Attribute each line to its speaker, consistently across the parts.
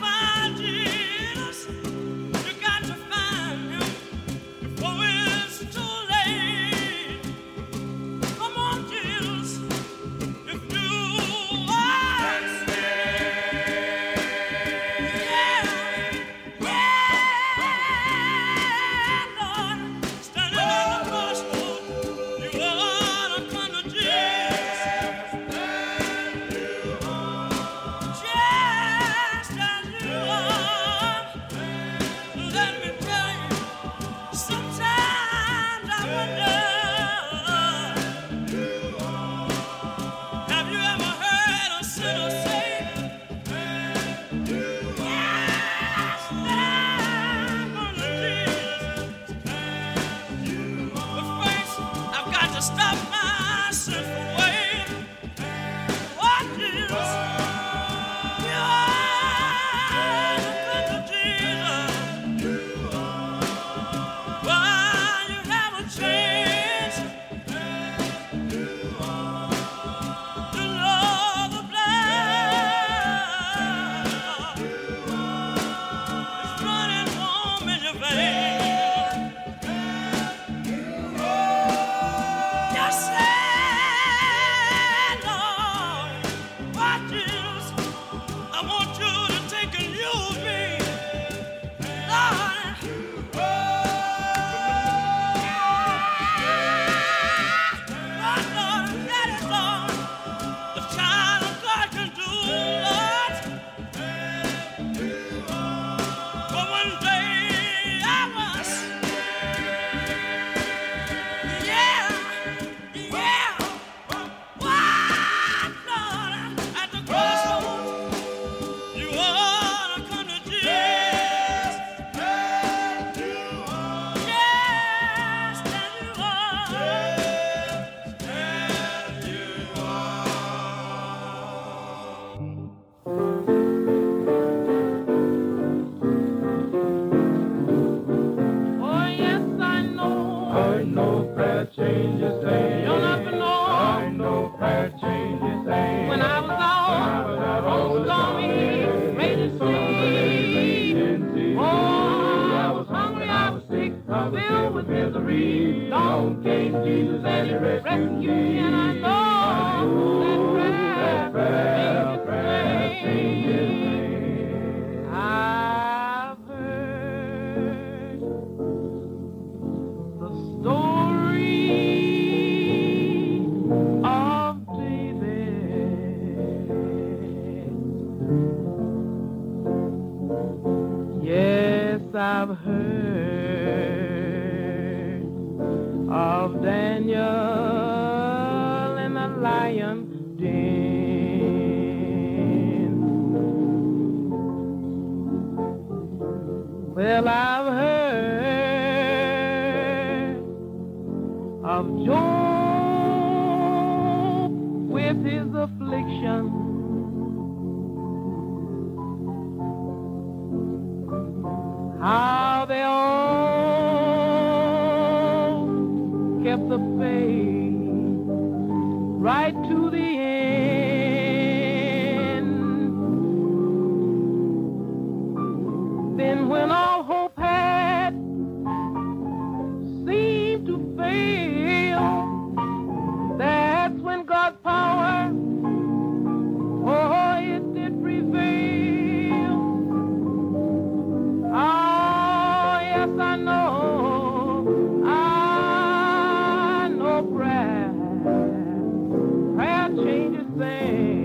Speaker 1: Oh, love myself away. What is your Jesus? Why you haven't changed? You know the blood is running warm in your veins. Yes, and Lord, what is? I want you to take and use me, Lord. Lord, Lord, that is all the child of God can do, Lord. But one day I must, yeah, yeah. Why, Lord, at the crossroads. You ought to come to Jesus. Yes, you ought. Yes, and you ought. Yes, and you ought.
Speaker 2: Oh, yes, I know. I know prayer changes things. You'll never know. I know prayer changes things. When I was out on the stormy, raging sea. Oh, I was hungry, I was sick, I was filled with misery. Long came Jesus and he rescued me. And I know that prayer changes things. I've heard the story of David. Yes, I've heard of Daniel in the lion den. Well, I've heard of Job with his affliction. How they all kept the faith right to the end. Then when all hope had seemed to fail, that's when God's power, oh, it did prevail. Oh, yes, I know, I know prayer, prayer changes things.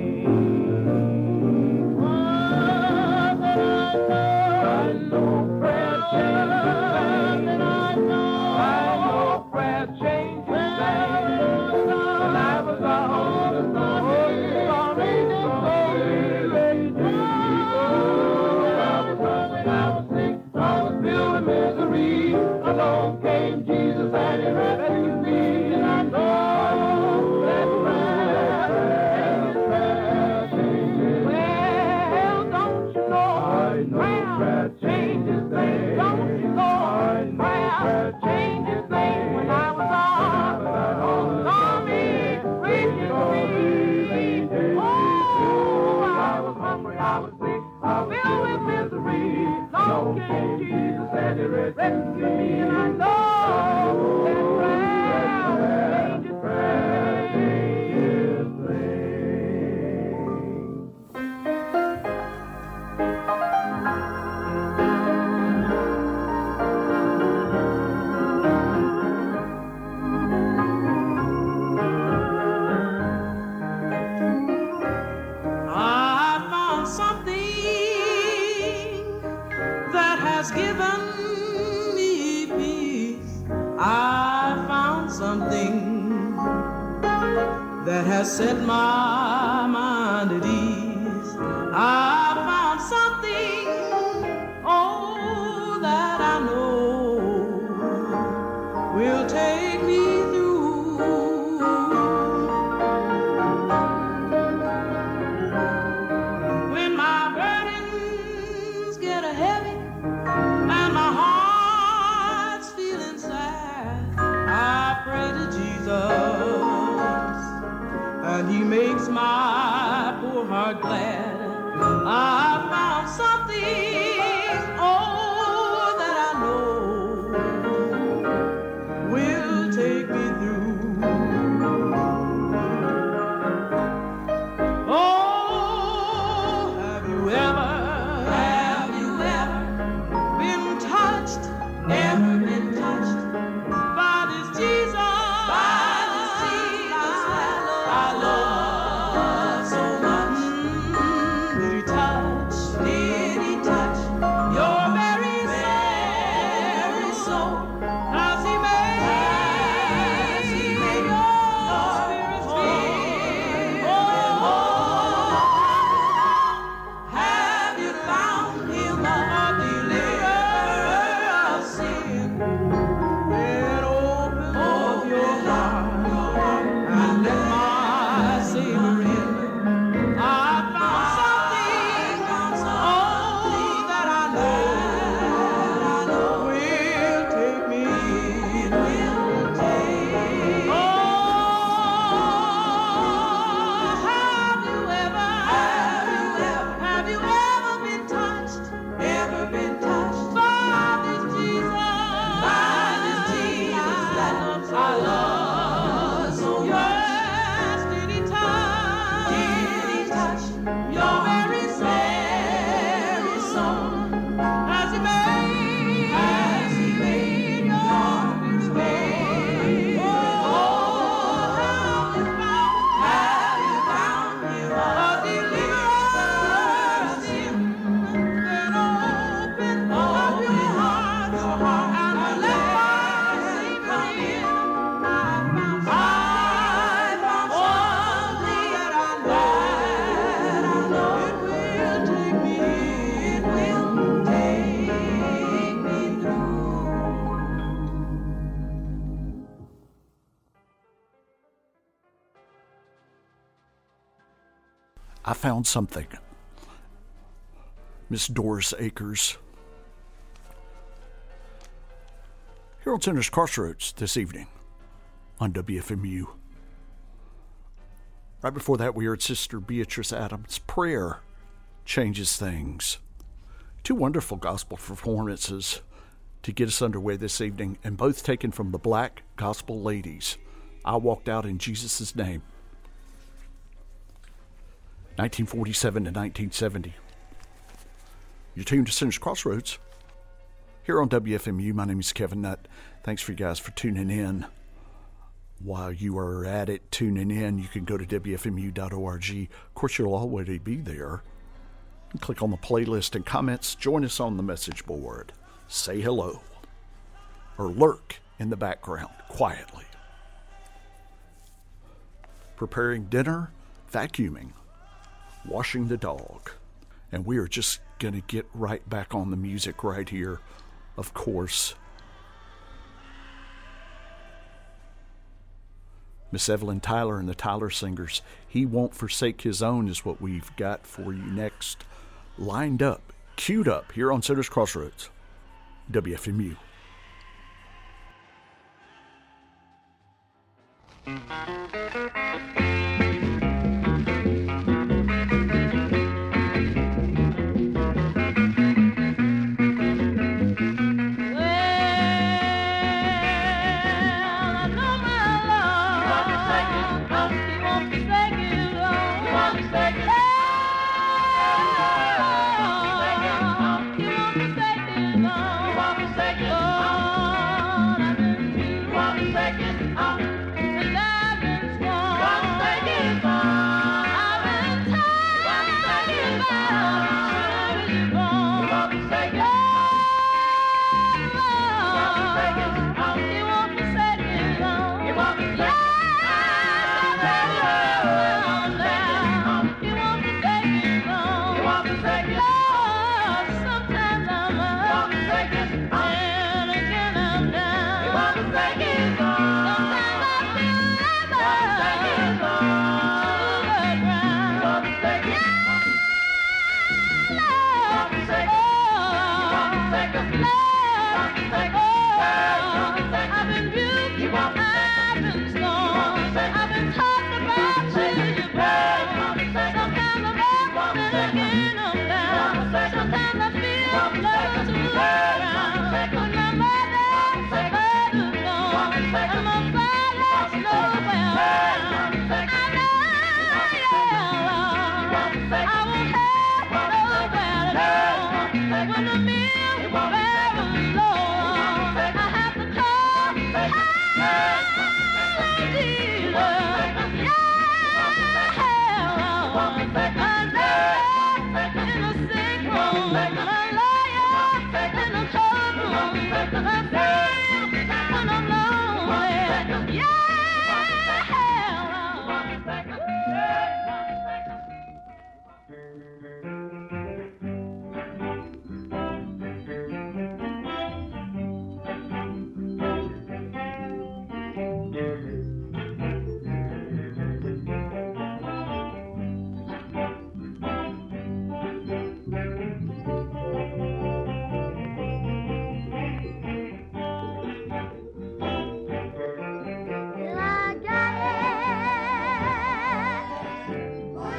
Speaker 2: Along came Jesus and he rescued me, and I know that prayer, prayer, prayer changes. Well, don't you know? I know prayer changes things. Don't you know? Prayer changes things. When I was on on the army, preaching me. Oh, I was hungry, I was sick, I was filled with misery. Long came Jesus and He rescued me, and I know that prayer changes things.
Speaker 1: I found something that has given me peace. I found something that has set my mind at ease. I found something, oh, that I know will take me through.
Speaker 2: He makes my poor heart glad. I found something, oh, that I know will take me through. Oh, have you ever, have you ever been touched, ever been touched by this Jesus? I love so much. Did he touch? Mm. Did he touch your very soul? Has he made your Have you found him a deliverer of sin? Then open up your heart and let my Savior in. I found something, oh, that I know will take me. Oh, have you ever, have you ever been touched, ever been touched by this Jesus? By this Jesus that I love so much. Yes, did he touch? Did he touch your very soul? Has he made? Has he made your way? Oh, have you found? Have you found him a deliverer of sin? Then open up your heart, your heart, and let my Savior in. I found something that I know. It will take me. It will take me through.
Speaker 3: I found something. Miss Doris Akers. Here on Center's Crossroads this evening on WFMU. Right before that, we heard Sister Beatrice Adams' Prayer Changes Things. Two wonderful gospel performances to get us underway this evening, and both taken from the Black Gospel Ladies. I walked out in Jesus' name. 1947 to 1970. You're tuned to Sinner's Crossroads here on WFMU. My name is Kevin Nutt. Thanks for you guys for tuning in. While you are at it tuning in, you can go to WFMU.org. Of course, you'll already be there. And click on the playlist and comments. Join us on the message board. Say hello or lurk in the background quietly. Preparing dinner, vacuuming, washing the dog. And we are just going to get right back on the music right here, of course. Miss Evelyn Tyler and the Tyler Singers, He Won't Forsake His Own is what we've got for you next. Lined up, queued up here on Sitter's Crossroads, WFMU.
Speaker 4: Well, I know my love. He won't forsake his own. He won't forsake his own. He won't forsake his own. He won't forsake his own. He won't forsake his own. He won't forsake his own.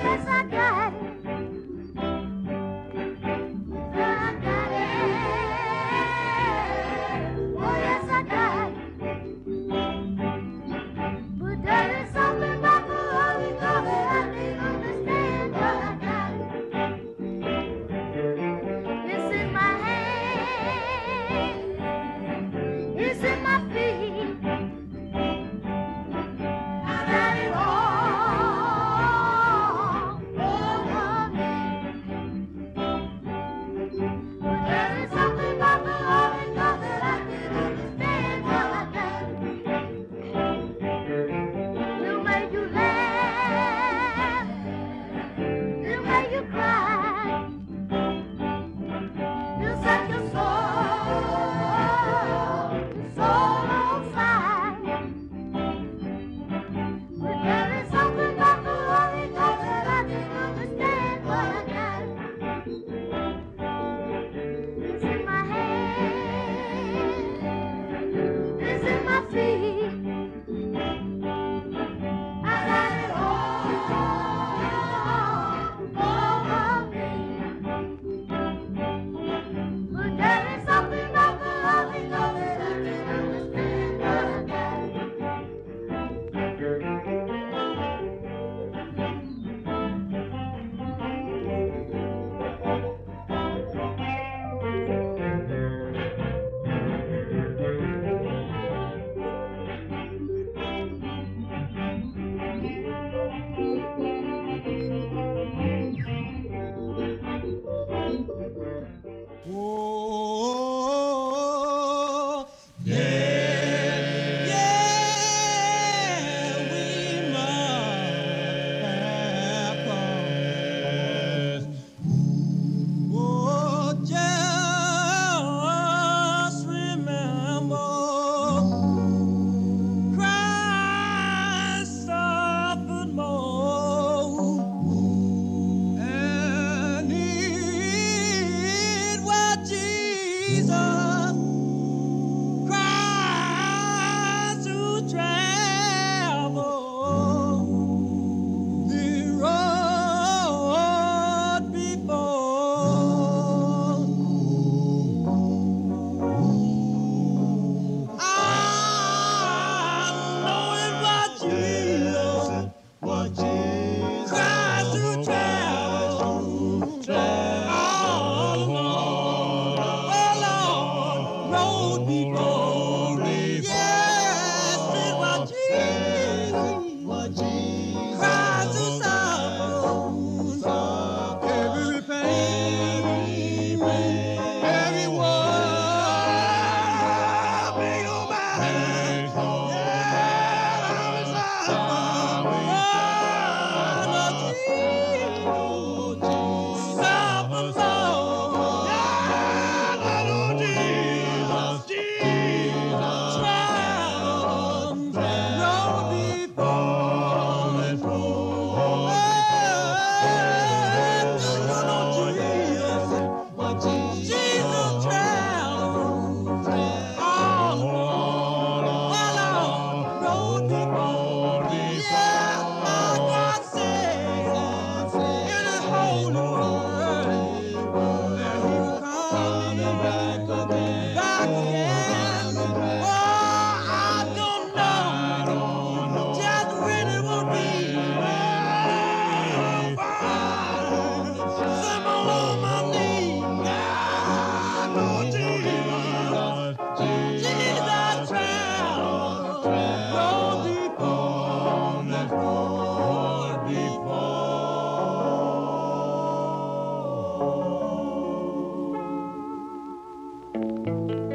Speaker 5: Yes, I got it.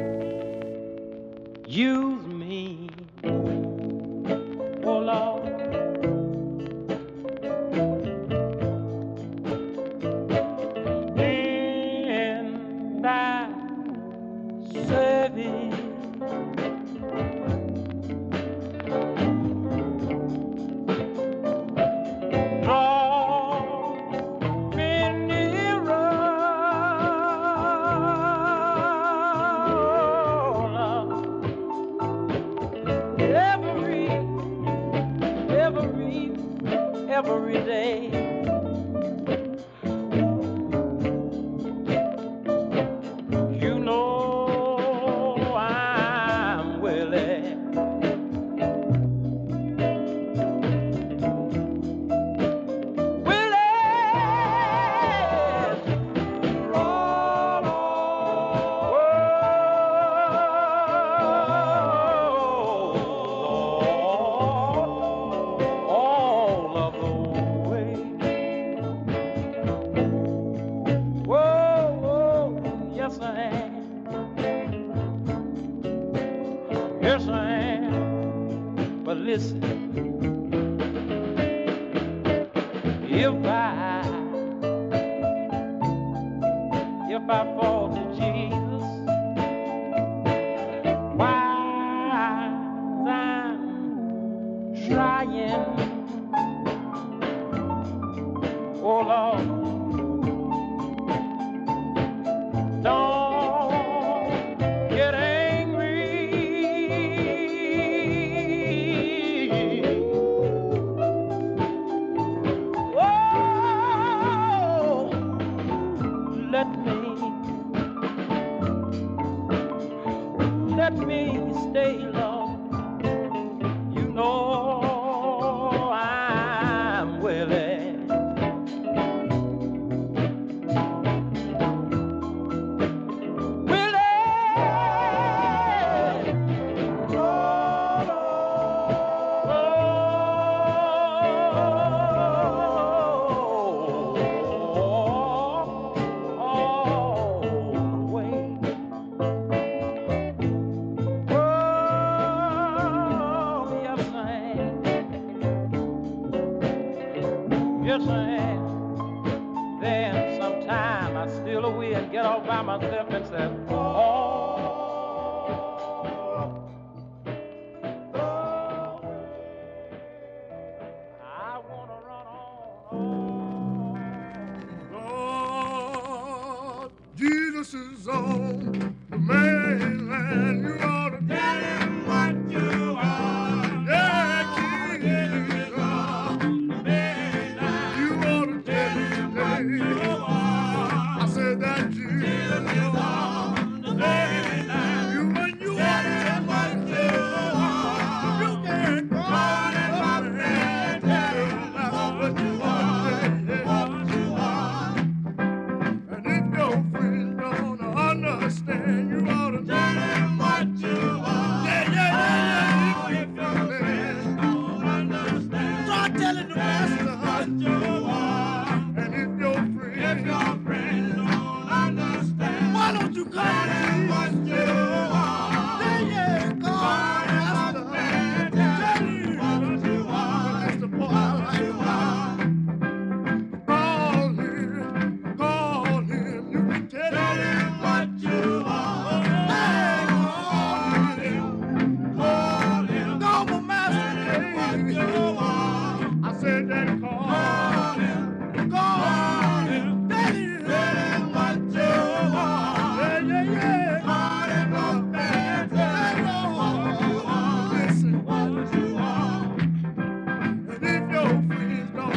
Speaker 2: oh Oh, every day. You know I'm willing. Willie, all of the way. Whoa, whoa, yes I am. Yes I am. But listen, if I if I fall to Jesus, why I'm trying, oh Lord, don't get angry. Whoa Oh, let me let me stay long you know I'm willing willing Oh, Yes, I am. Then sometime I steal away and get all by myself and say, Oh. I wanna run on.
Speaker 6: Lord, Jesus is on the mainland. You ought to tell him what you are. Yeah, Jesus is on the mainland. You ought to tell him what you are. I said that Jesus is on the mainland. You and you ought to tell him what you are. You can't go on and on and on. What you are, what you are. And if your friends don't understand, you ought to tell them what you are. Yeah, yeah, yeah, yeah. If your friends don't understand, start telling the master what you are. And if your friends, if your friends don't understand, why don't you come and what you are? Yeah, yeah, God, God master, tell him what you are. That's the point I like. Call him, call him. You can tell him what you are. Hey, call him, call him. Call my master, tell him what you are. I said that call him, call him. Tell him, tell him what you are. Yeah, yeah, yeah. Call him up and tell him what you are. Listen, what you are. And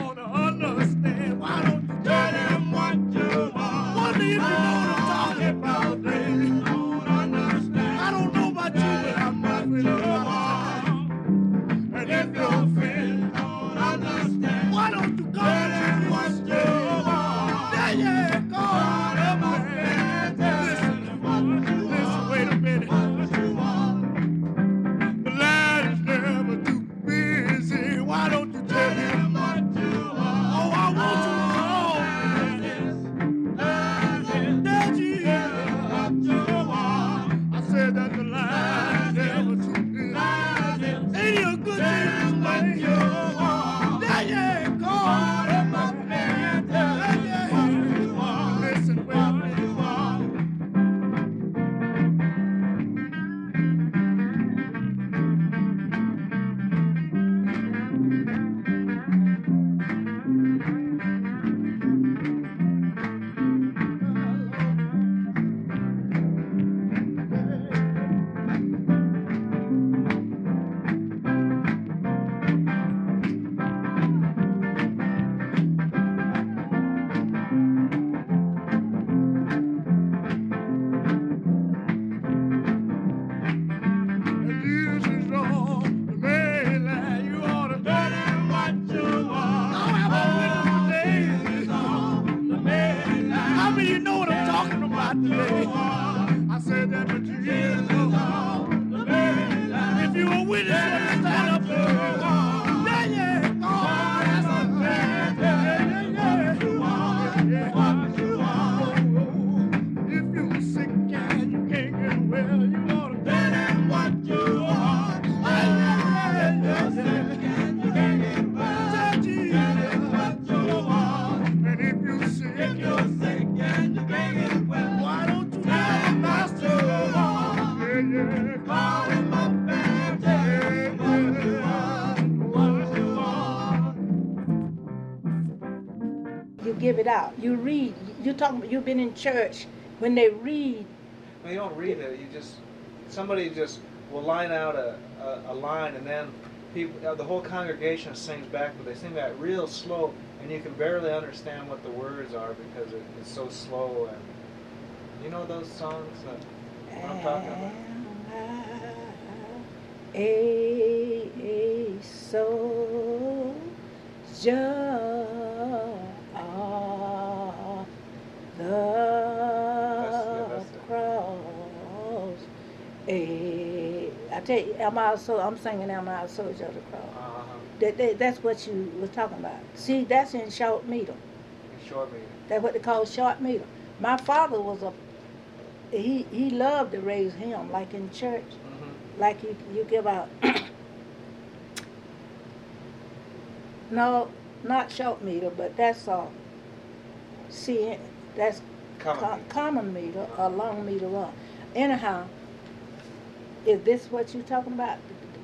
Speaker 6: if your friends don't understand, why don't you tell them what you are? Wonder if you know what I'm talking about, baby. Don't understand. I don't know about you, but I'm not really are. And if your friends don't understand, why don't you go tell them what you are? Yeah, yeah, go. Listen, listen, wait a minute. The light is never too busy. Why don't you tell him what you are? Oh, I want you home. That you are what you are. I said that the light is never too busy. Ain't it a good thing?
Speaker 5: give it out. You read. You talking. You've been in church when they read.
Speaker 7: No, you don't read it. You just somebody just will line out a, a, a line, and then people, uh, the whole congregation sings back, but they sing that real slow, and you can barely understand what the words are because it, it's so slow. And you know those songs that what I'm talking about.
Speaker 5: Am I A soldier of the
Speaker 7: that's it.
Speaker 5: cross. A, I tell you, am I so? I'm singing, am I a soldier of the cross?
Speaker 7: Uh-huh.
Speaker 5: That, that, that's what you were talking about. See, that's in short meter.
Speaker 7: You short me.
Speaker 5: That's what they call short meter. My father was a he he loved to raise him like in church,
Speaker 7: Mm-hmm.
Speaker 5: like you you give out. no, not short meter, but that's a see that's
Speaker 7: Common.
Speaker 5: co- common meter or long meter long. Anyhow, is this what you talking about?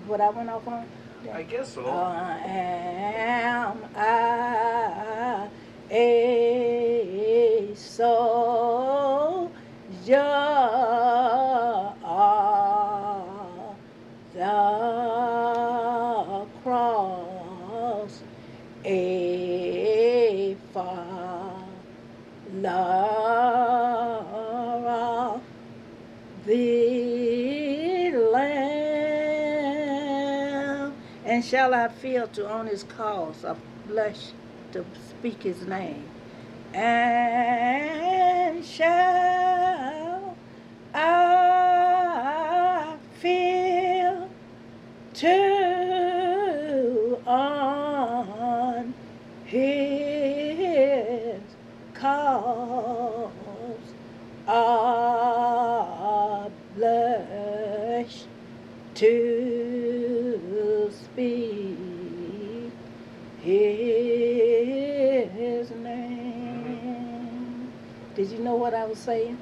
Speaker 5: What I went off on?
Speaker 7: I guess so.
Speaker 5: I am I a soldier of the cross, a follower of the Lamb. And shall I feel to own his cause, or blush to speak his name? And shall I feel to on his cause? I blush to speak his name. Did you know what I was saying?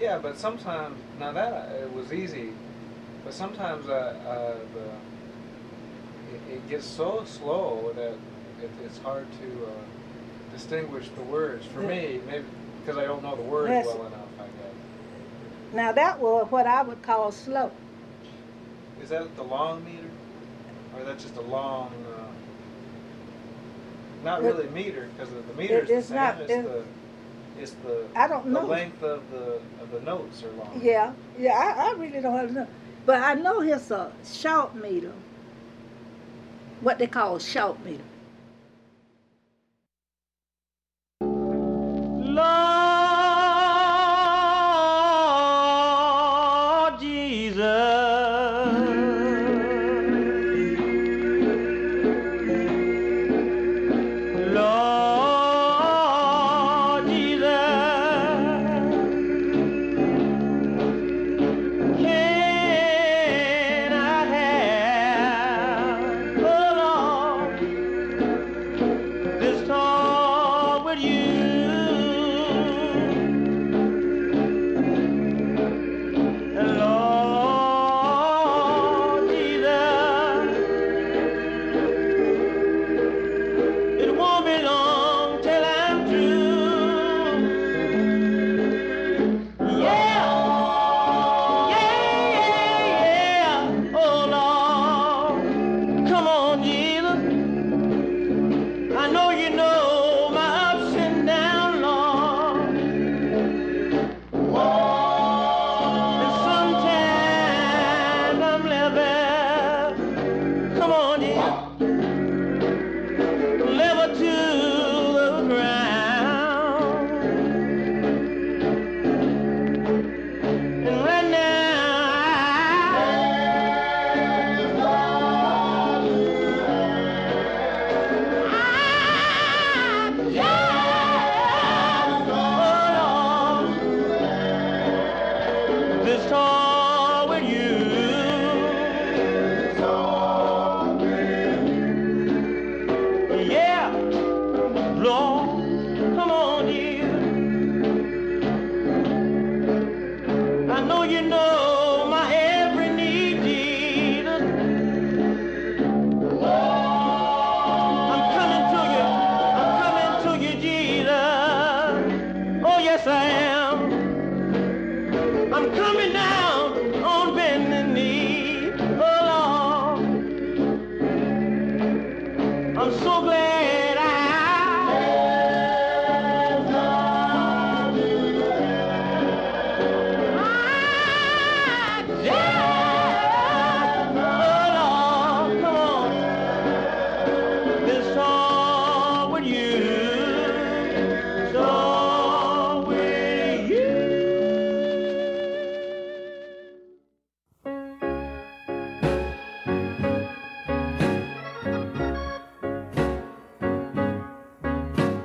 Speaker 7: Yeah, but sometimes now that uh, it was easy, but sometimes uh, uh, the, it, it gets so slow that it, it's hard to uh, distinguish the words. For me, maybe because I don't know the words
Speaker 5: Yes.
Speaker 7: well enough. I guess
Speaker 5: Now that was what I would call slow.
Speaker 7: is that the long meter, or that's just a long? Uh, not
Speaker 5: It-
Speaker 7: really meter because the, the meter is the
Speaker 5: it's
Speaker 7: same.
Speaker 5: not-
Speaker 7: it's
Speaker 5: it-
Speaker 7: the it's the
Speaker 5: I don't
Speaker 7: the
Speaker 5: know.
Speaker 7: length of the of the notes are long.
Speaker 5: Yeah, yeah, I, I really don't have enough. But I know it's a short meter. What they call short meter.
Speaker 6: Lord Jesus. Lord Jesus. Can I have, oh Lord, this talk with you. Lord Jesus, it won't be long till I'm through. Yeah, yeah, yeah, yeah. Oh Lord, come on, Jesus. I know you know my ups and downs, Lord. And sometimes I'm level. Come on, dear. Level to the ground. And right now, This talk with you.
Speaker 2: Oh, Oh,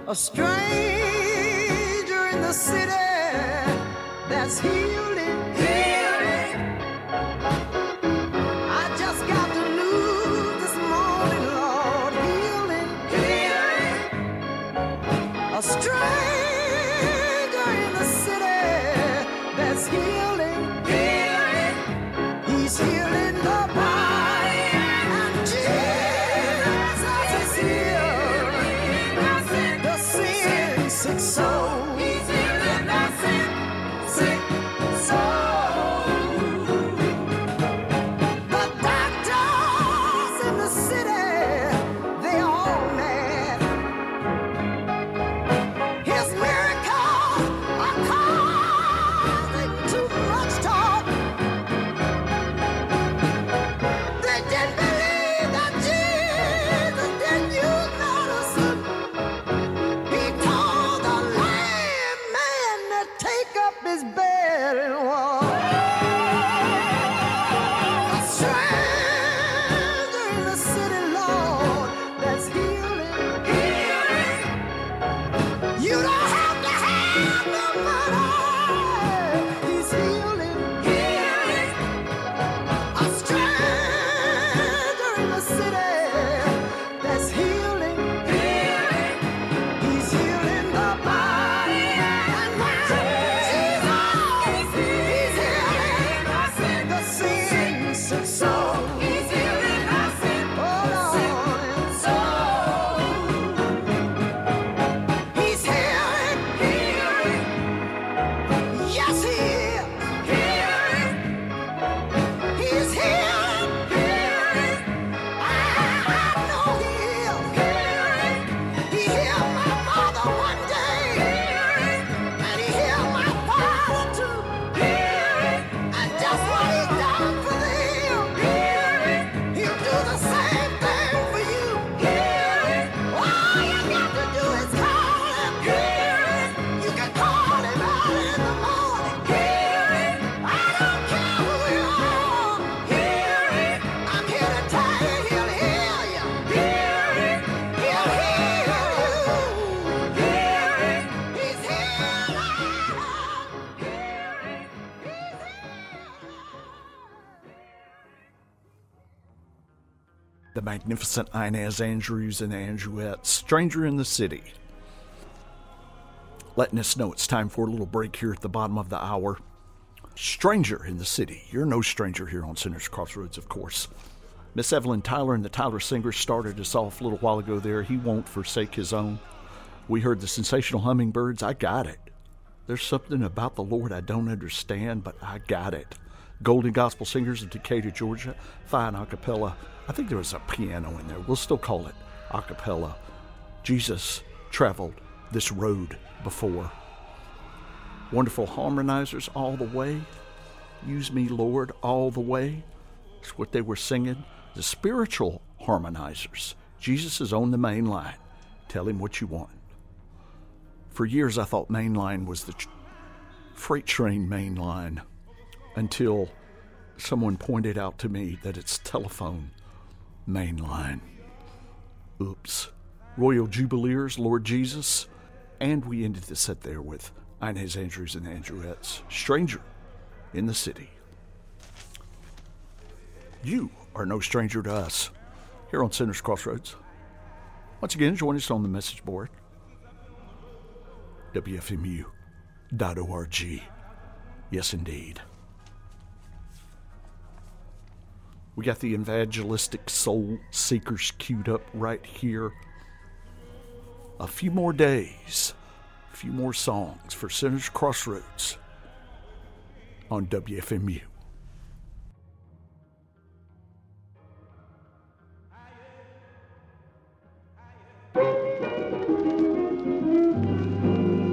Speaker 5: A stranger in the city that's healing. healing. I just got the news this morning, Lord, healing. healing. A stranger in the city that's healing. healing. He's healing the body. And Jesus is healing the sin sick soul. He's healing the sin sick soul. The doctors in the city, they all mad. His miracles are causing too much talk. They didn't believe that Jesus did you notice him. He told the lame man to take up his bed and walk. A stranger in the city, Lord, that's healing, healing. You don't have to have no money. He's healing, healing. A stranger in the city that's healing, healing. He's healing the body and mind. Jesus, he's healing the sin sick soul. He's healing the sin soul. He's healing, healing. Yes, he is healing. He's healing, healing. I know he is healing. He healed my mother one day, healing, and he healed my father too, healing. And just what he done for them, healing, he'll do the same thing for you, healing. All you got to do is call him, healing. You can call him out in the morning, healing. I don't care who you are, healing. I'm here to tell you he'll heal you, healing. He'll heal you, healing. He's healing, healing. He's healing.
Speaker 3: The magnificent Inez Andrews and the Andrewettes, Stranger in the City. Letting us know it's time for a little break here at the bottom of the hour. Stranger in the City. You're no stranger here on Sinners Crossroads, of course. Miss Evelyn Tyler and the Tyler Singers started us off a little while ago there. He won't forsake his own. We heard the sensational hummingbirds. I got it. There's something about the Lord I don't understand, but I got it. Golden Gospel Singers of Decatur, Georgia, fine a cappella. I think there was a piano in there. We'll still call it a cappella. Jesus traveled this road before. Wonderful harmonizers all the way. Use me, Lord, all the way. It's what they were singing. The spiritual harmonizers. Jesus is on the main line. Tell him what you want. For years, I thought main line was the tr- freight train main line until someone pointed out to me that it's telephone main line. Oops. Royal Jubileers, Lord Jesus. And we ended the set there with Inez Andrews and the Andrewettes, Stranger in the City. You are no stranger to us here on Sinners Crossroads. Once again, join us on the message board wfmu.org. Yes, indeed. We got the evangelistic soul seekers queued up right here. A few more days, a few more songs for Sinners Crossroads on WFMU.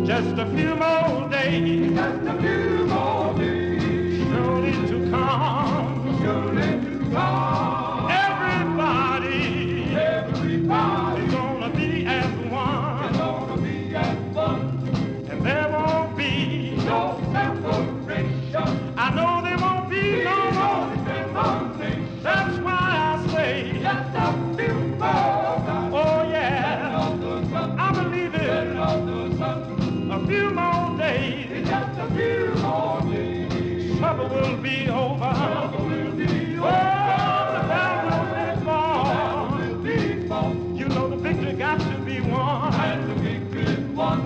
Speaker 6: Just a few more days. Just a few more days. Surely to come. Surely to come. Everybody. Everybody. Is gonna be as one. Is gonna be as one. And there won't be no separation. I know there won't be no more separation. That's why I say. Just a few more. Oh yeah. I believe it. got to be one. Had to be good one.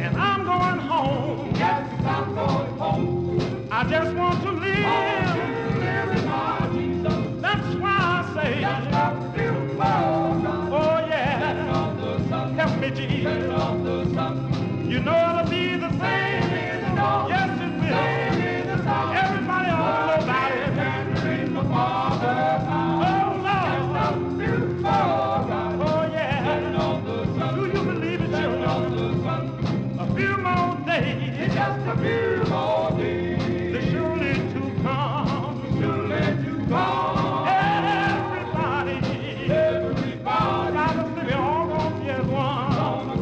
Speaker 6: And I'm going home. Yes, I'm going home. I just want to live. That's why I say. Oh yeah. Help me, Jesus. You know it'll be the same. Yes, it will. Everybody ought to know about it. Oh, Lord. Oh, yeah. Do you believe it, children? A few more days. It's just a few more days. They're surely to come. Surely to come. Everybody. Everybody. Gotta see we all gonna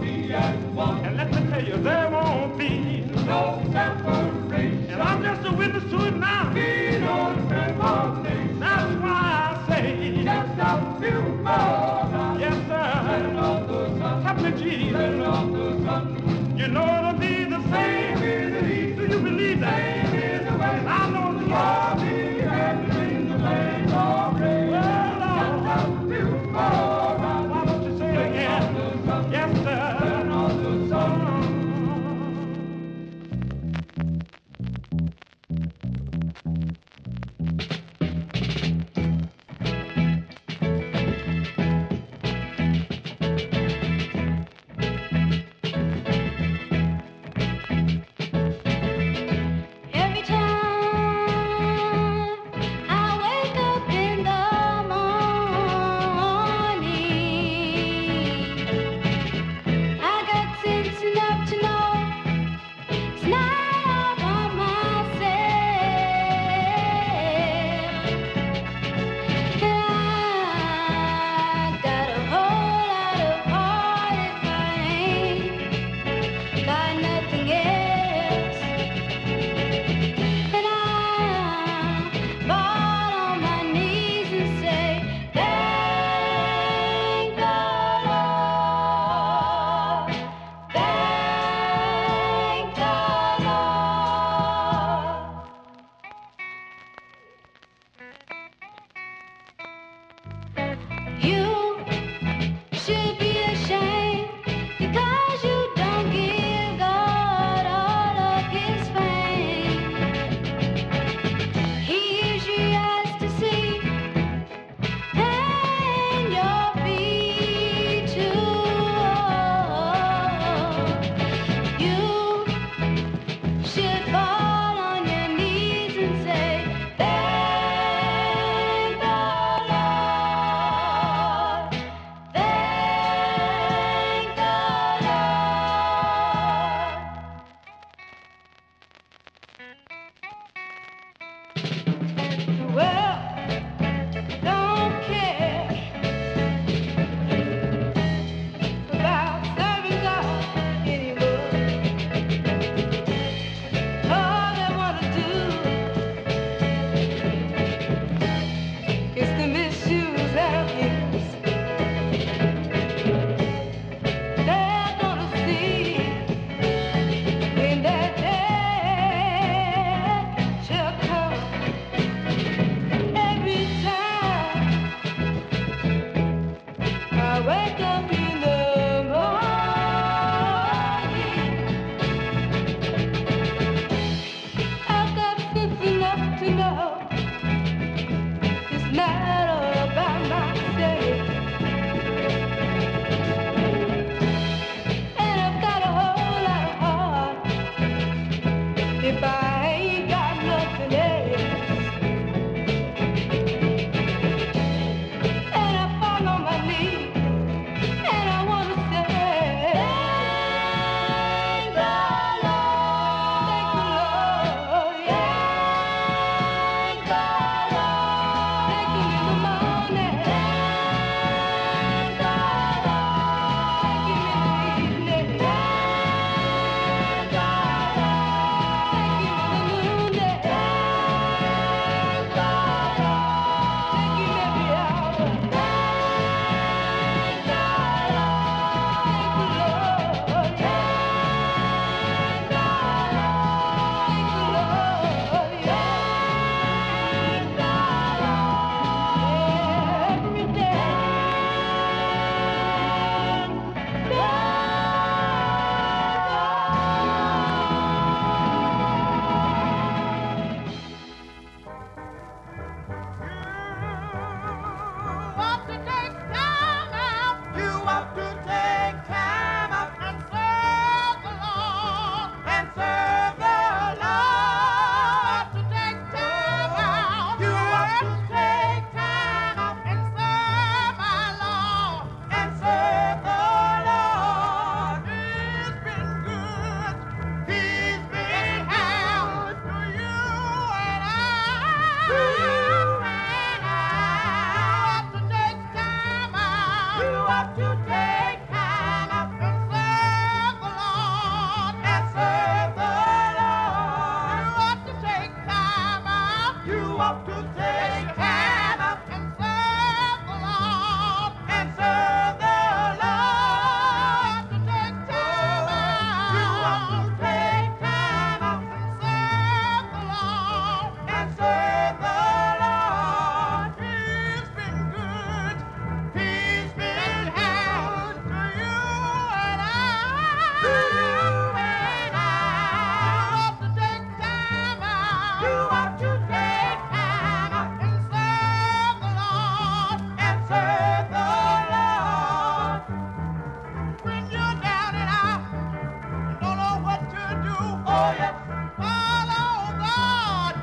Speaker 6: be as one. And let me tell you, there won't be no separation. And I'm just a witness to it now. Be no separation. That's why I say, just a few more. Yes, sir. Help me, Jesus. You know it'll be the same. Do you believe that? And I know the Lord. Well, Lord. Why don't you say it again? Yes, Oh. sir.
Speaker 5: Every time I wake up in the morning, I got sense enough to know it's not all by myself. I got a whole lot of heart if I ain't got nothing else. And I fall on my knees and say, Thank the Lord, thank the Lord. You should be ashamed because you don't give God all of His fame. He is your eyes to see and your feet to walk. You should fall on your knees and say, Thank the Lord, thank the Lord. The world don't care about serving God anymore. All they wanna do is to misuse and abuse. They're gonna see when that day shall come. Every time I wake up in the morning, I've got sense enough to know it's not all about myself. And I've got a whole lot of heart if I ain't got nothing else. And I fall on my knees up to take time out and serve the Lord. And serve the Lord. You ought to take time out. You ought to take time out and serve the Lord. And serve the Lord. You ought to take time out. You ought to take time out and serve the Lord. And serve the Lord. He's been good. He's been good to you and I. To you and I. You ought to take time out. You ought to take time out and serve the Lord. And serve the Lord. When you're down and out, you don't know what to do. Oh yes. Follow God.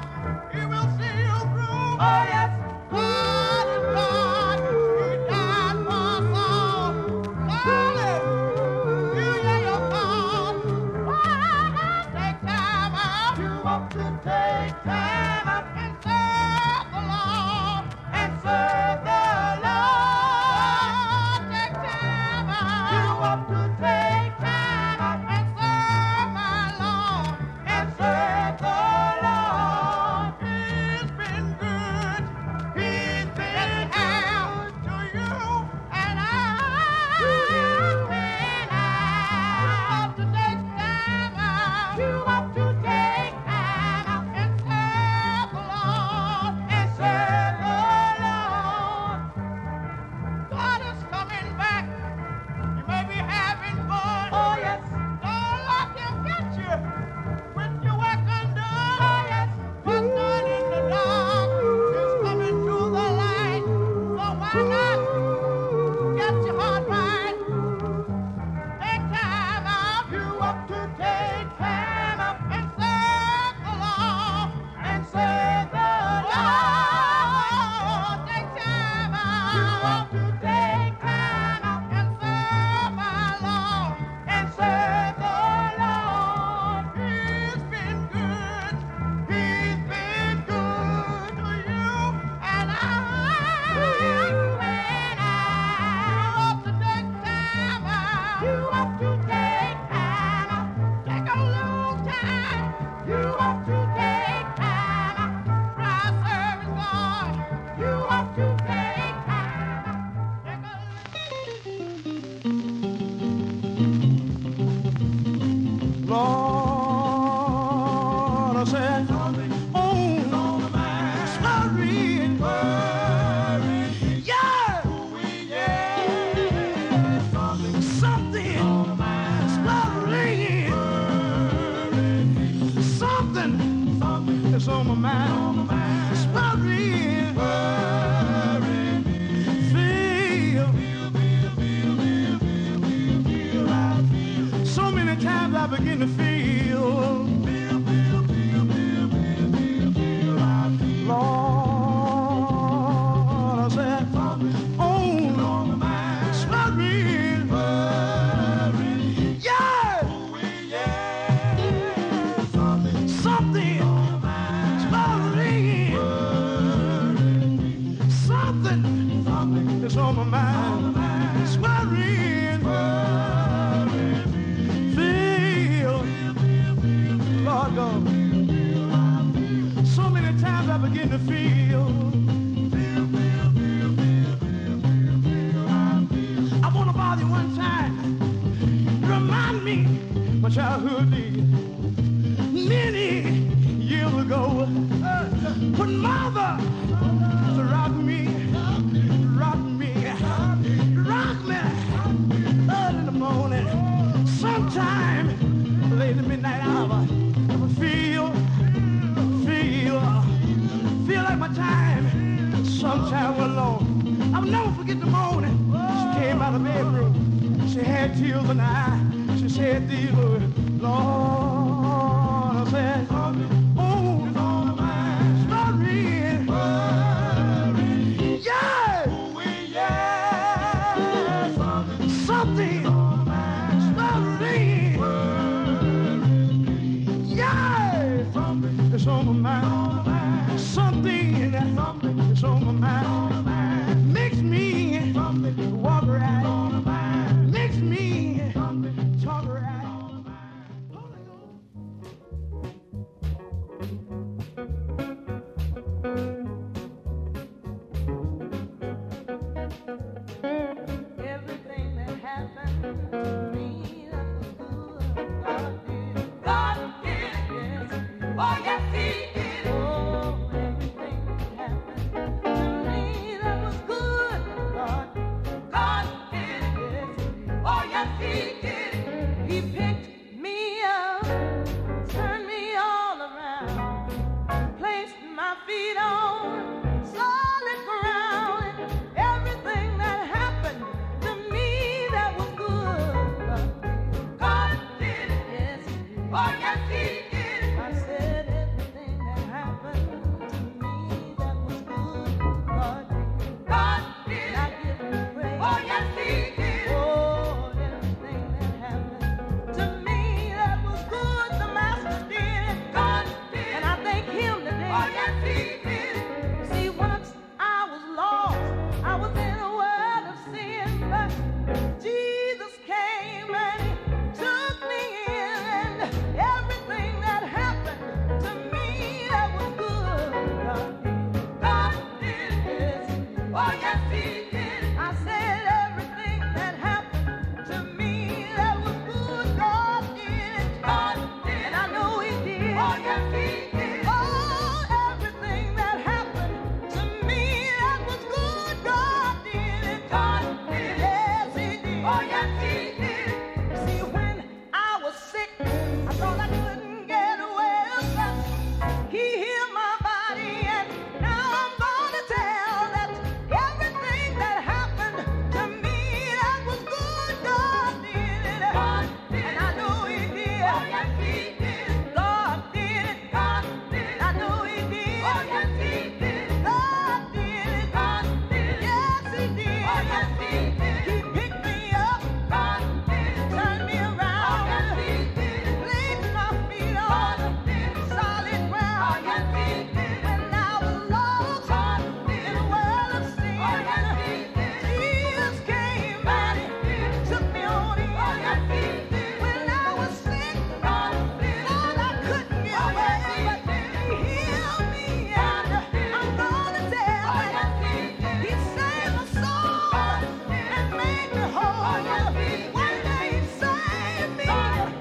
Speaker 5: He will see you through. Oh yes. God is God. He died for all. Darling, you hear your call. Why take time out? You want to take time out and serve the Lord. And serve the Lord. Take time out. You want to take time out and serve my Lord. And serve the Lord. He's been good. He's been good to you and I. To you and I. You ought to take time out. You ought to take time out and serve the Lord. And serve the Lord. God is coming back. You may be having fun. Oh, yes. Don't let him get you with your work undone. Oh, yes. What's done in the dark is coming to the light. So why not get your heart right? Take time out. You ought to take time out and serve the Lord. And serve the Lord. Take time out. You ought to take time out and serve my Lord. And serve the Lord. He's been good. He's been good to you and I. And I. You ought to take time out. You ought to take time out. Take a little time. You ought to take time out. Try serving God. You ought to take time out. Take a
Speaker 6: Lord, I said, oh, sorry and worry. Yeah. yeah. Something sputtering. Something is on my mind. Sputtering. Feel, so many times I begin to feel. Lord, I said, oh, Lord, smuggling, worry, yeah, something, smuggling, something, something is on my mind, smuggling, worry feel, Lord God. So many times I begin to feel. I want to bother you one time. Remind me my childhood days. Many years ago, uh, when mother used to rock me, rock me, rock me early in the morning, sometime late in the midnight hour. I would feel, feel, feel like my time sometime went long. I'll never forget the morning. She came out of the bedroom. She had tears in her eye. She said these words, Lord, I said, oh, Lord, stop me. Yeah. Yeah. Something. Something. Yeah. Something is on my mind. Something. Something is on my mind. Makes me walk right.
Speaker 5: Oh, Oh, he did. He picked me up, turned me all around, placed my feet on solid ground. And everything that happened to me that was good, God did. Yes, he did. oh yes, he did. I said everything that happened to me that was good, God did. God did. I give him praise. Oh, yes, he did. Oh, everything that happened to me that was good, the Master did. God did. And I thank him today. Oh, yes, he did. See, once I was lost, I was in a world of sin, but Jesus came and he took me in, and everything that happened to me that was good, God did. God did this. Oh, yes, He did. I said everything that happened to me that was good. God did. God did. And I know He did. Oh, yes, He did. Oh, everything that happened to me that was good. God did. God did. Yes, He did. Oh, yes, He did. See, when I was sick, I thought I couldn't get well. But he healed my body, and now I'm gonna tell that everything that happened to me that was good, God did it. God did and I know He did. Oh yes, He did. God did it. God did it. I know He did. Oh yes, He did. God did it. God did it. Yes, He did. Oh yes, He did. He picked me up. God did it. Turned me around. Oh yes, He did. Placed my feet on solid ground. Oh yes, He did. When I was lost in a world of sin, oh yes, He did. Jesus came and He took me on in. Oh yes, He did. When I was sick, God did. Lord, I couldn't get oh, well, yes, but He healed me, and I'm gonna tell oh, yes, He did. He saved my soul and made me whole. Oh, yes, he did. One day He saved me.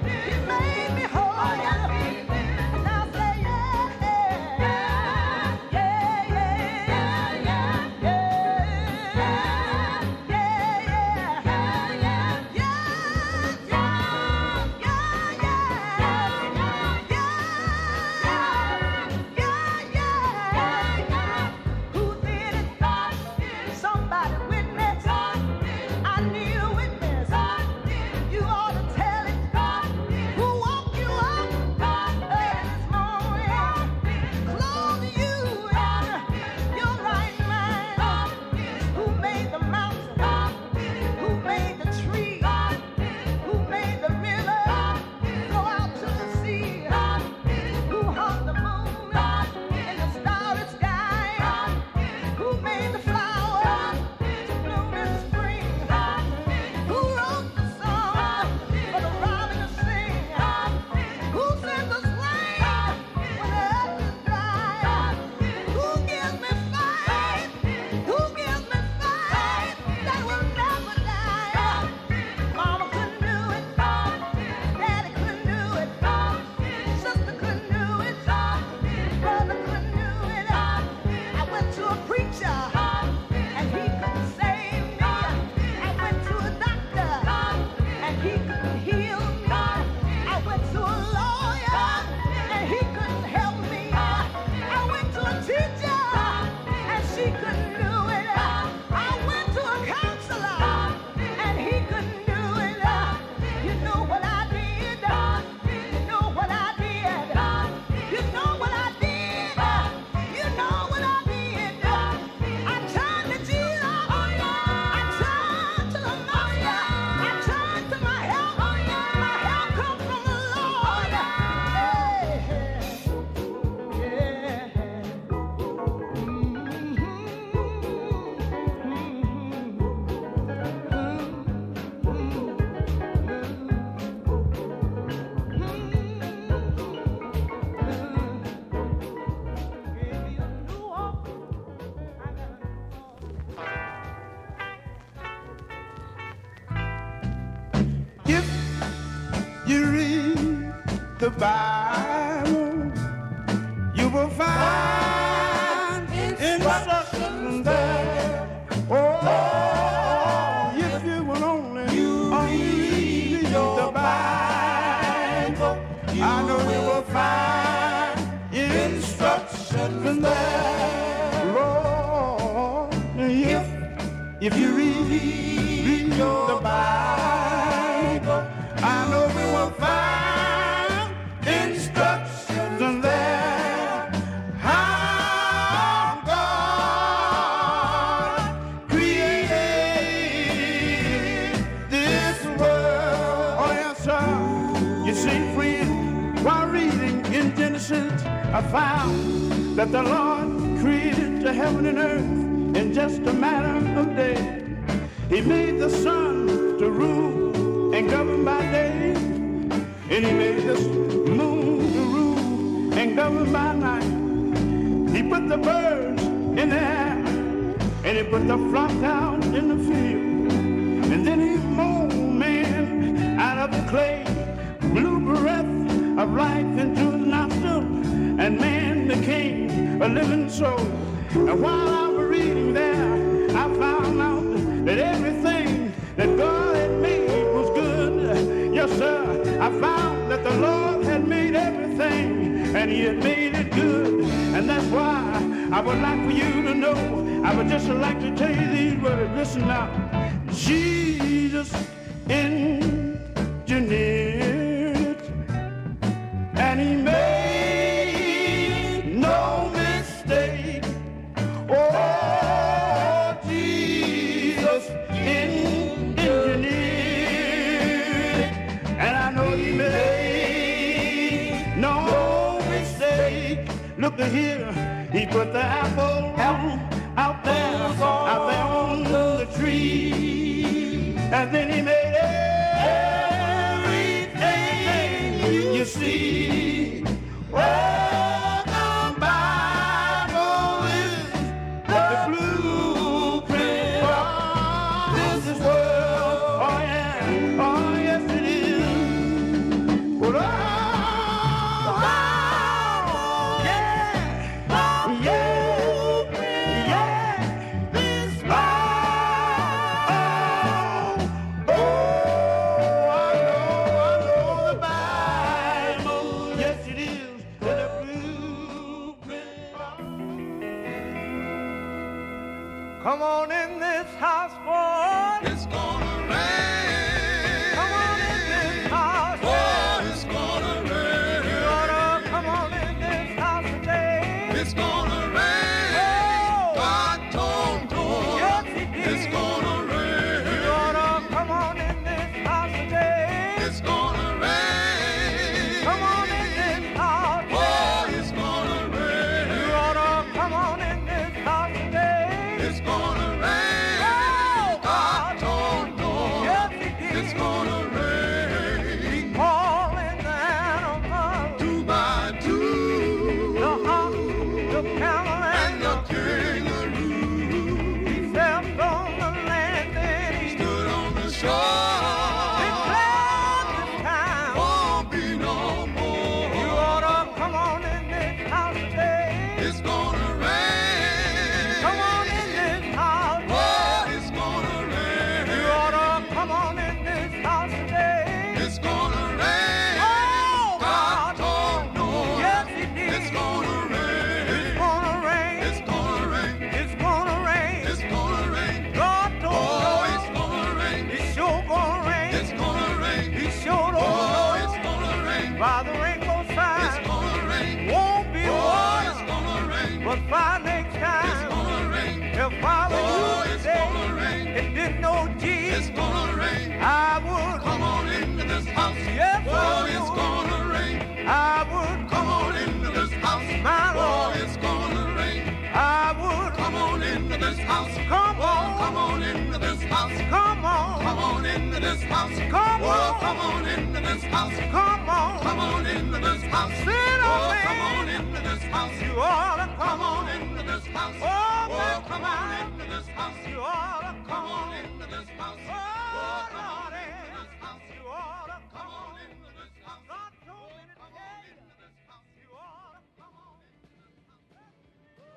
Speaker 5: He made me whole. Oh, yes, he did. And I say, yeah, yeah, yeah, yeah, yeah, yeah, yeah, yeah, yeah, yeah, yeah, yeah, yeah, yeah, yeah, yeah. Who did it? God did. Somebody witness. God did. I need a witness. God did. You ought to tell it. God did. Who woke you up? God did. This morning. God did. Clothed you God in your right mind. God did. Who made the mountain? God did. Who made the tree? God did. Who made the river? God did. Go out to the sea. God did. Who hung the moon? God did. In the starry sky. God did. Who made the flowers? God did. To bloom in the spring. God did. Who wrote the song? God did. For the robin to sing. God did. Who sent the rain? God did. When the earth is dry. God did. Who gives me faith? Who gives me faith that will never die? God did. Mama couldn't do it. God did. Daddy couldn't do it. God did. Sister couldn't do it. God did. Brother couldn't do it. God did. I went to a preacher. God did. And he couldn't save me. God did. I went to a doctor. God did. And he couldn't heal me. God did. I went to a lawyer. God did. And he couldn't help me. God did. I went to a teacher. God did. And she couldn't do it. God did. I went to a counselor. God did. And he couldn't do it. God did. You know what I did? God did. You know what I did? God did. You know what I did? God did. You know what I did? God did. I turned to Jesus. Oh yeah. I turned to the Master. Oh, yeah. I turned to my help. Oh yeah. My help comes from the Lord. Oh yeah. Yeah.
Speaker 6: If you read the Bible, you will find instructions there. Oh, if you will only, only read. you'll find instructions there. Lord, if, if you read, read your Bible, I know we will find instructions there. How God created this world. Oh, yes, sir. You see, friend, while reading in Genesis, I found that the Lord created the heaven and earth in just a matter of days. He made the sun to rule and govern by day, and he made this moon to rule and govern by night. He put the birds in the air, and he put the flock out in the field, and then he molded man out of the clay, blew breath of life into his nostril, and man became a living soul. And while I was reading there, I found out that everything that God had made was good. Yes, sir, I found that the Lord had made everything, and He had made it good. And that's why I would like for you to know, I would just like to tell you these words. Listen now. Jesus engineered it, and he made no mistake. Oh, Jesus engineered it, and I know he made no mistake. Look at here, he put the apple out there, out there on the tree, and then he made everything you see. Oh, the Bible is the blueprint for this world. Oh yeah, oh yes it is. Well, oh, yeah, yeah, yeah. This Bible, oh, I know, I know the Bible. Yes, it is the blueprint.
Speaker 2: Come on in this house, boy. It's gonna rain. Come on in this house, boy. It's gonna rain. You ought to come on in this house today. It's gonna rain. God told us yes, he did. it's gonna rain. You ought to come on in this house today. It's gonna rain. Come on in this house today. Boy, it's gonna rain. You ought to come on in this house today. It's gonna rain. Oh, God told us yes, he did. it's gonna rain. Calling the animals two by two, the ox, the camel, and, the kangaroo. He stepped on the land and he stood on the shore. Declared the time won't be no more. You ought to come on in this house today. It's gonna rain. Come on in this house. Oh, it's gonna rain. You ought to come on in this house today. It's gonna rain. Oh, God, told us. Yes, it did. It's gonna rain. It's gonna rain. It's gonna rain. It's gonna rain. It's gonna rain. God told oh, us. it's gonna rain. It's sure gonna rain. It's gonna rain. He sure told oh, it's gonna rain. By the rainbow sign. It's gonna rain. Won't be oh, it's gonna rain. But by next time. It's gonna rain. If I were oh, you it's gonna rain. It didn't know Jesus. It's gonna rain. I would. Come on into this house. Yes, oh, it's gonna rain. I would. Come on into this house. My Lord. Oh, it's gonna rain. I would come on into this house. Come on, oh, come on into this house. Come on, come on into this house. Come oh, on, come on into this house. Come on, come on into this house. Sit oh, come on into this house. You ought to come on into this house. Oh, oh come on into this house. You ought to come on into this house. Oh, Lord, you ought to come on into this house. God told me to tell you. You ought to come on into this house.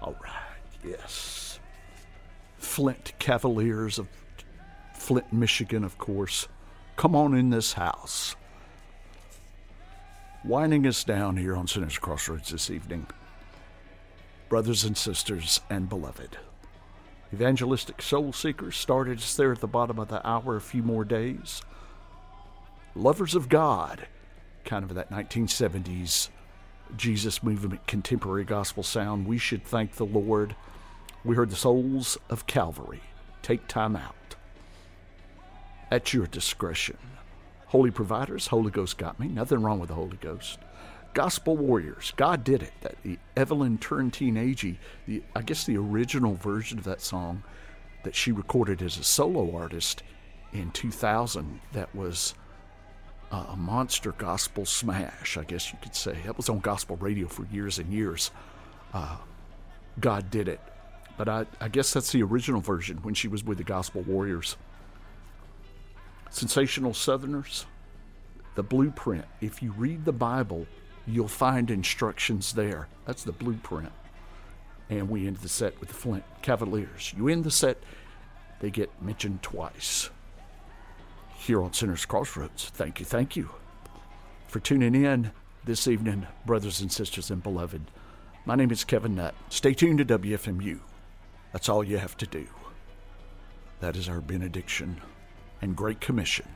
Speaker 3: All right, yes. Flint Cavaliers of Flint, Michigan, of course. Come on in this house. winding us down here on Sinner's Crossroads this evening. Brothers and sisters and beloved, Evangelistic Soul Seekers started us there at the bottom of the hour a few more days. Lovers of God, kind of that 1970s Jesus movement contemporary gospel sound, we should thank the Lord. We heard the souls of Calvary. Take time out. At your discretion. Holy providers, Holy Ghost got me. Nothing wrong with the Holy Ghost. Gospel warriors, God did it. That the Evelyn Turrentine Agee, the I guess the original version of that song that she recorded as a solo artist in 2000. That was uh, a monster gospel smash, I guess you could say. That was on gospel radio for years and years. Uh, God did it. But I, I guess that's the original version when she was with the Gospel Warriors. Sensational Southerners, the blueprint. If you read the Bible, you'll find instructions there. That's the blueprint. And we end the set with the Flint Cavaliers. You end the set, they get mentioned twice here on Sinner's Crossroads. Thank you, thank you for tuning in this evening, brothers and sisters and beloved. My name is Kevin Nutt. Stay tuned to WFMU. That's all you have to do. That is our benediction and great commission.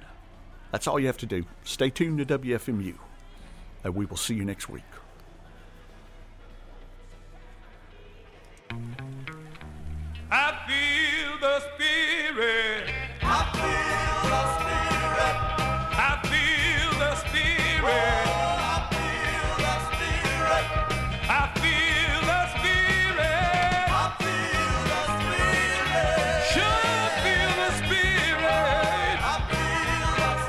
Speaker 3: That's all you have to do. Stay tuned to WFMU, and we will see you next week.
Speaker 6: I feel the spirit. I feel the spirit. I feel the spirit. I feel the spirit. I feel the spirit. I feel the spirit. Sure feel the spirit. I feel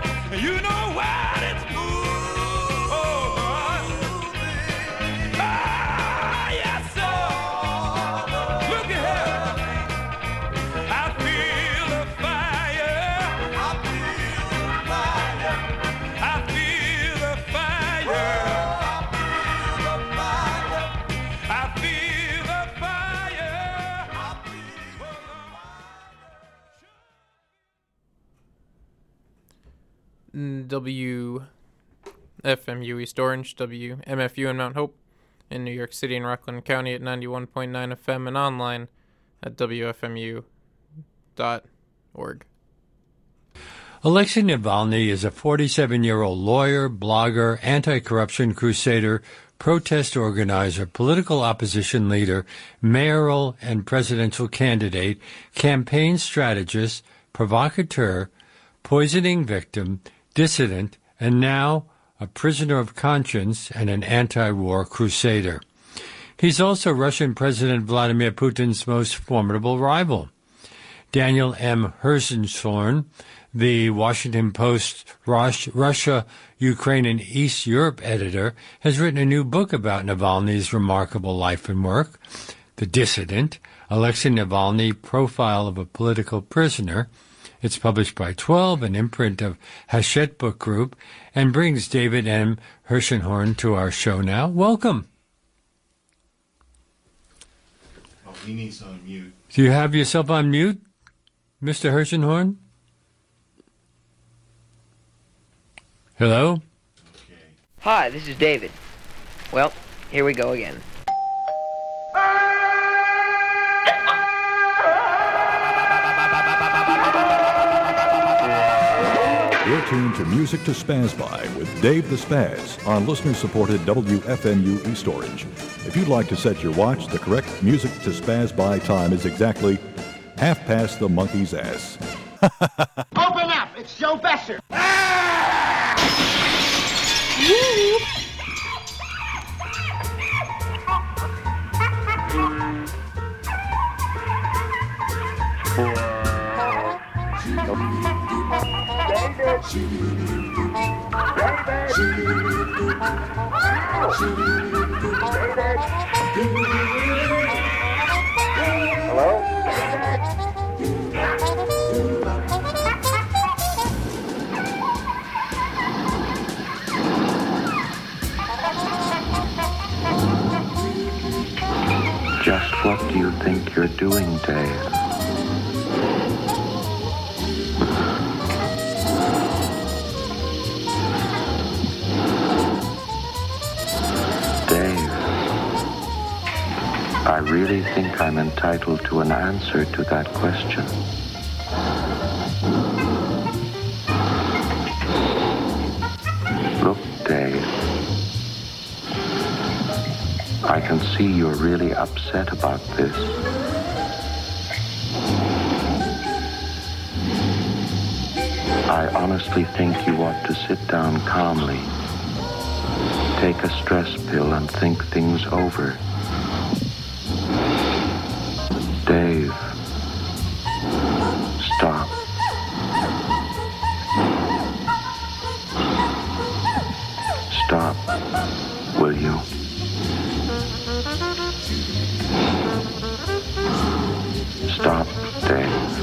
Speaker 6: the spirit. You know why it's moving. Oh, ah, yes, sir. Look at here. I feel the fire. I feel the fire. I feel the fire. I feel the
Speaker 8: W FMU East Orange, W MFU in Mount Hope, in New York City and Rockland County at 91.9 FM and online at WFMU.org.
Speaker 7: Alexei Navalny is a 47 year old lawyer, blogger, anti corruption crusader, protest organizer, political opposition leader, mayoral and presidential candidate, campaign strategist, provocateur, poisoning victim, dissident, and now a prisoner of conscience and an anti war crusader. He's also Russian President Vladimir Putin's most formidable rival. Daniel M. Herzenshorn, the Washington Post Rus- Russia, Ukraine, and East Europe editor, has written a new book about Navalny's remarkable life and work, The Dissident, Alexei Navalny, Profile of a Political Prisoner. It's published by 12, an imprint of Hachette Book Group, and brings David M. Hershenhorn to our show now. Welcome.
Speaker 9: Oh, he needs to unmute.
Speaker 7: Do you have yourself on mute, Mr. Hershenhorn? Hello?
Speaker 2: Hi, this is David. Well, here we go again.
Speaker 10: You're tuned to Music to Spaz By with Dave the Spaz on listener-supported WFMU East Orange. If you'd like to set your watch, the correct Music to Spaz By time is exactly half past the monkey's ass.
Speaker 11: Open up! It's Joe Besser!
Speaker 5: Just what do you think you're doing, Dave?
Speaker 6: think I'm entitled to an answer to that question. Look, Dave. I can see you're really upset about this. I honestly think you ought to sit down calmly, take a stress pill, and think things over. Dave, stop. Stop, will you? Stop, Dave.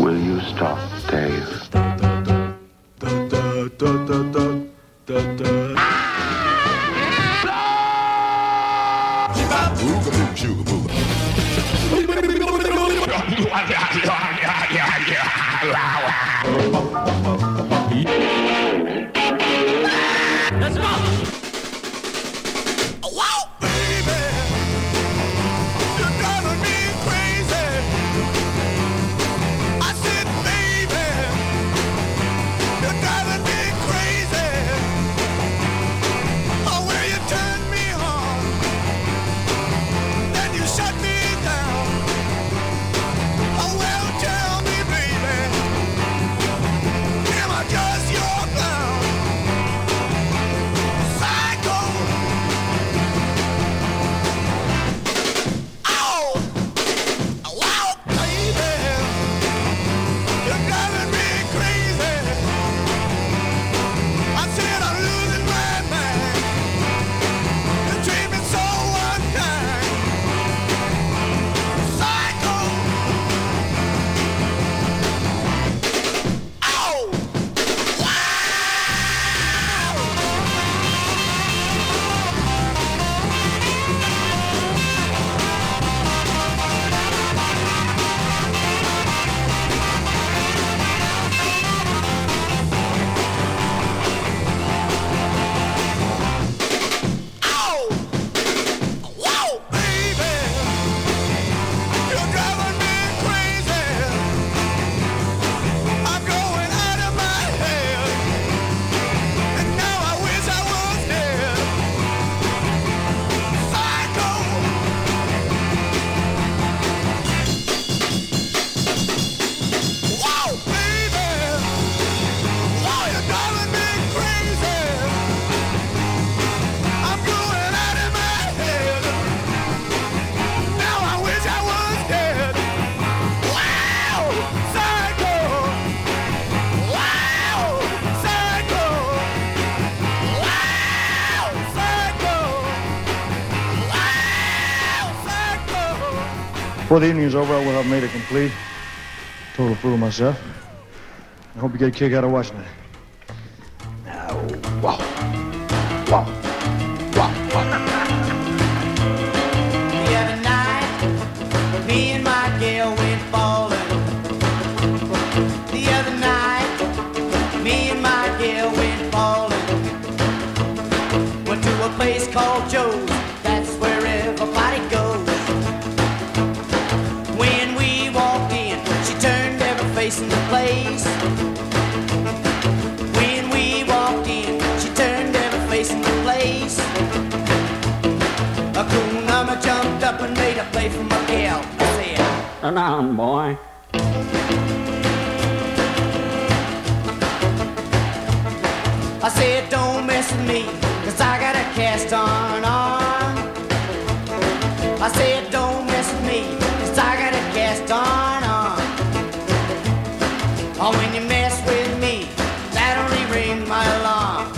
Speaker 6: Will you stop, Dave?
Speaker 12: Let's go! Oh, Oh, Just your clown, psycho.
Speaker 13: Before the evening is over, I will have made a complete, total fool of myself. I hope you get a kick out of watching it.
Speaker 8: The other night, me and my gal went ballin'. The other night, me and my gal went ballin'. Went to a place called Joe's. That's where everybody goes. When we walked in, she turned every face in the place. When we walked in, she turned every face in the place. A cool mama jumped up and made a play for my gal. I said,
Speaker 2: Turn on, boy.
Speaker 8: I said, don't mess with me, cause I got a cast on arm. I said, don't mess with me, cause I got a cast on arm. Oh, when you mess with me, that only ring my alarm.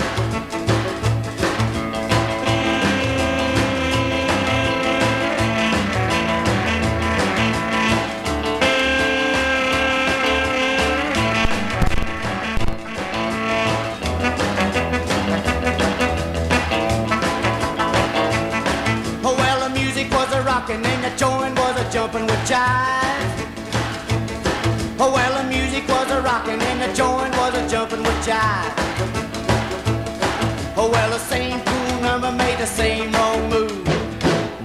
Speaker 8: Oh, well, the music was a rockin' and the joint was a jumpin' with jive. Oh, well, the music was a rockin' and the joint was a jumpin' with jive. Oh, Oh, well, the same fool number made the same old move.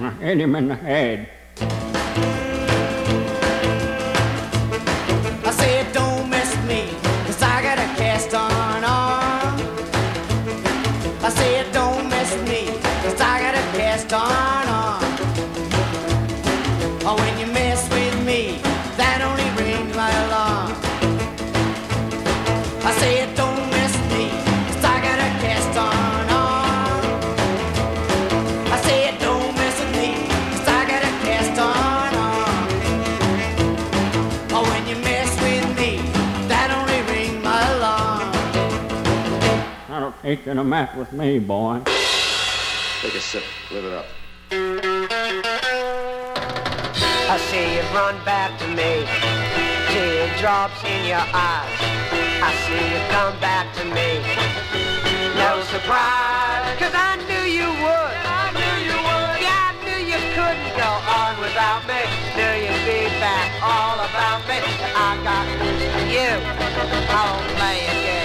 Speaker 5: I hit him in the head.
Speaker 8: I said, don't mess with me, cause I got a cast on arm. I said, don't mess with me, cause I got a cast on arm. Oh, when you mess with me, that only rings my alarm. I said, don't mess with me, cause I got a cast on arm. I said, don't mess with me, cause I got a cast on arm. Oh, when you mess with me, that only ring my alarm.
Speaker 5: I don't take you to mess with me, boy.
Speaker 14: Take a sip, live it up.
Speaker 2: I see you run back to me. Tear drops in your eyes. I see you come back to me. No surprise, cause I knew you would. I knew you would. Yeah, I knew you couldn't go on without me. Knew you'd be back all about me. I got news for you. I won't play again.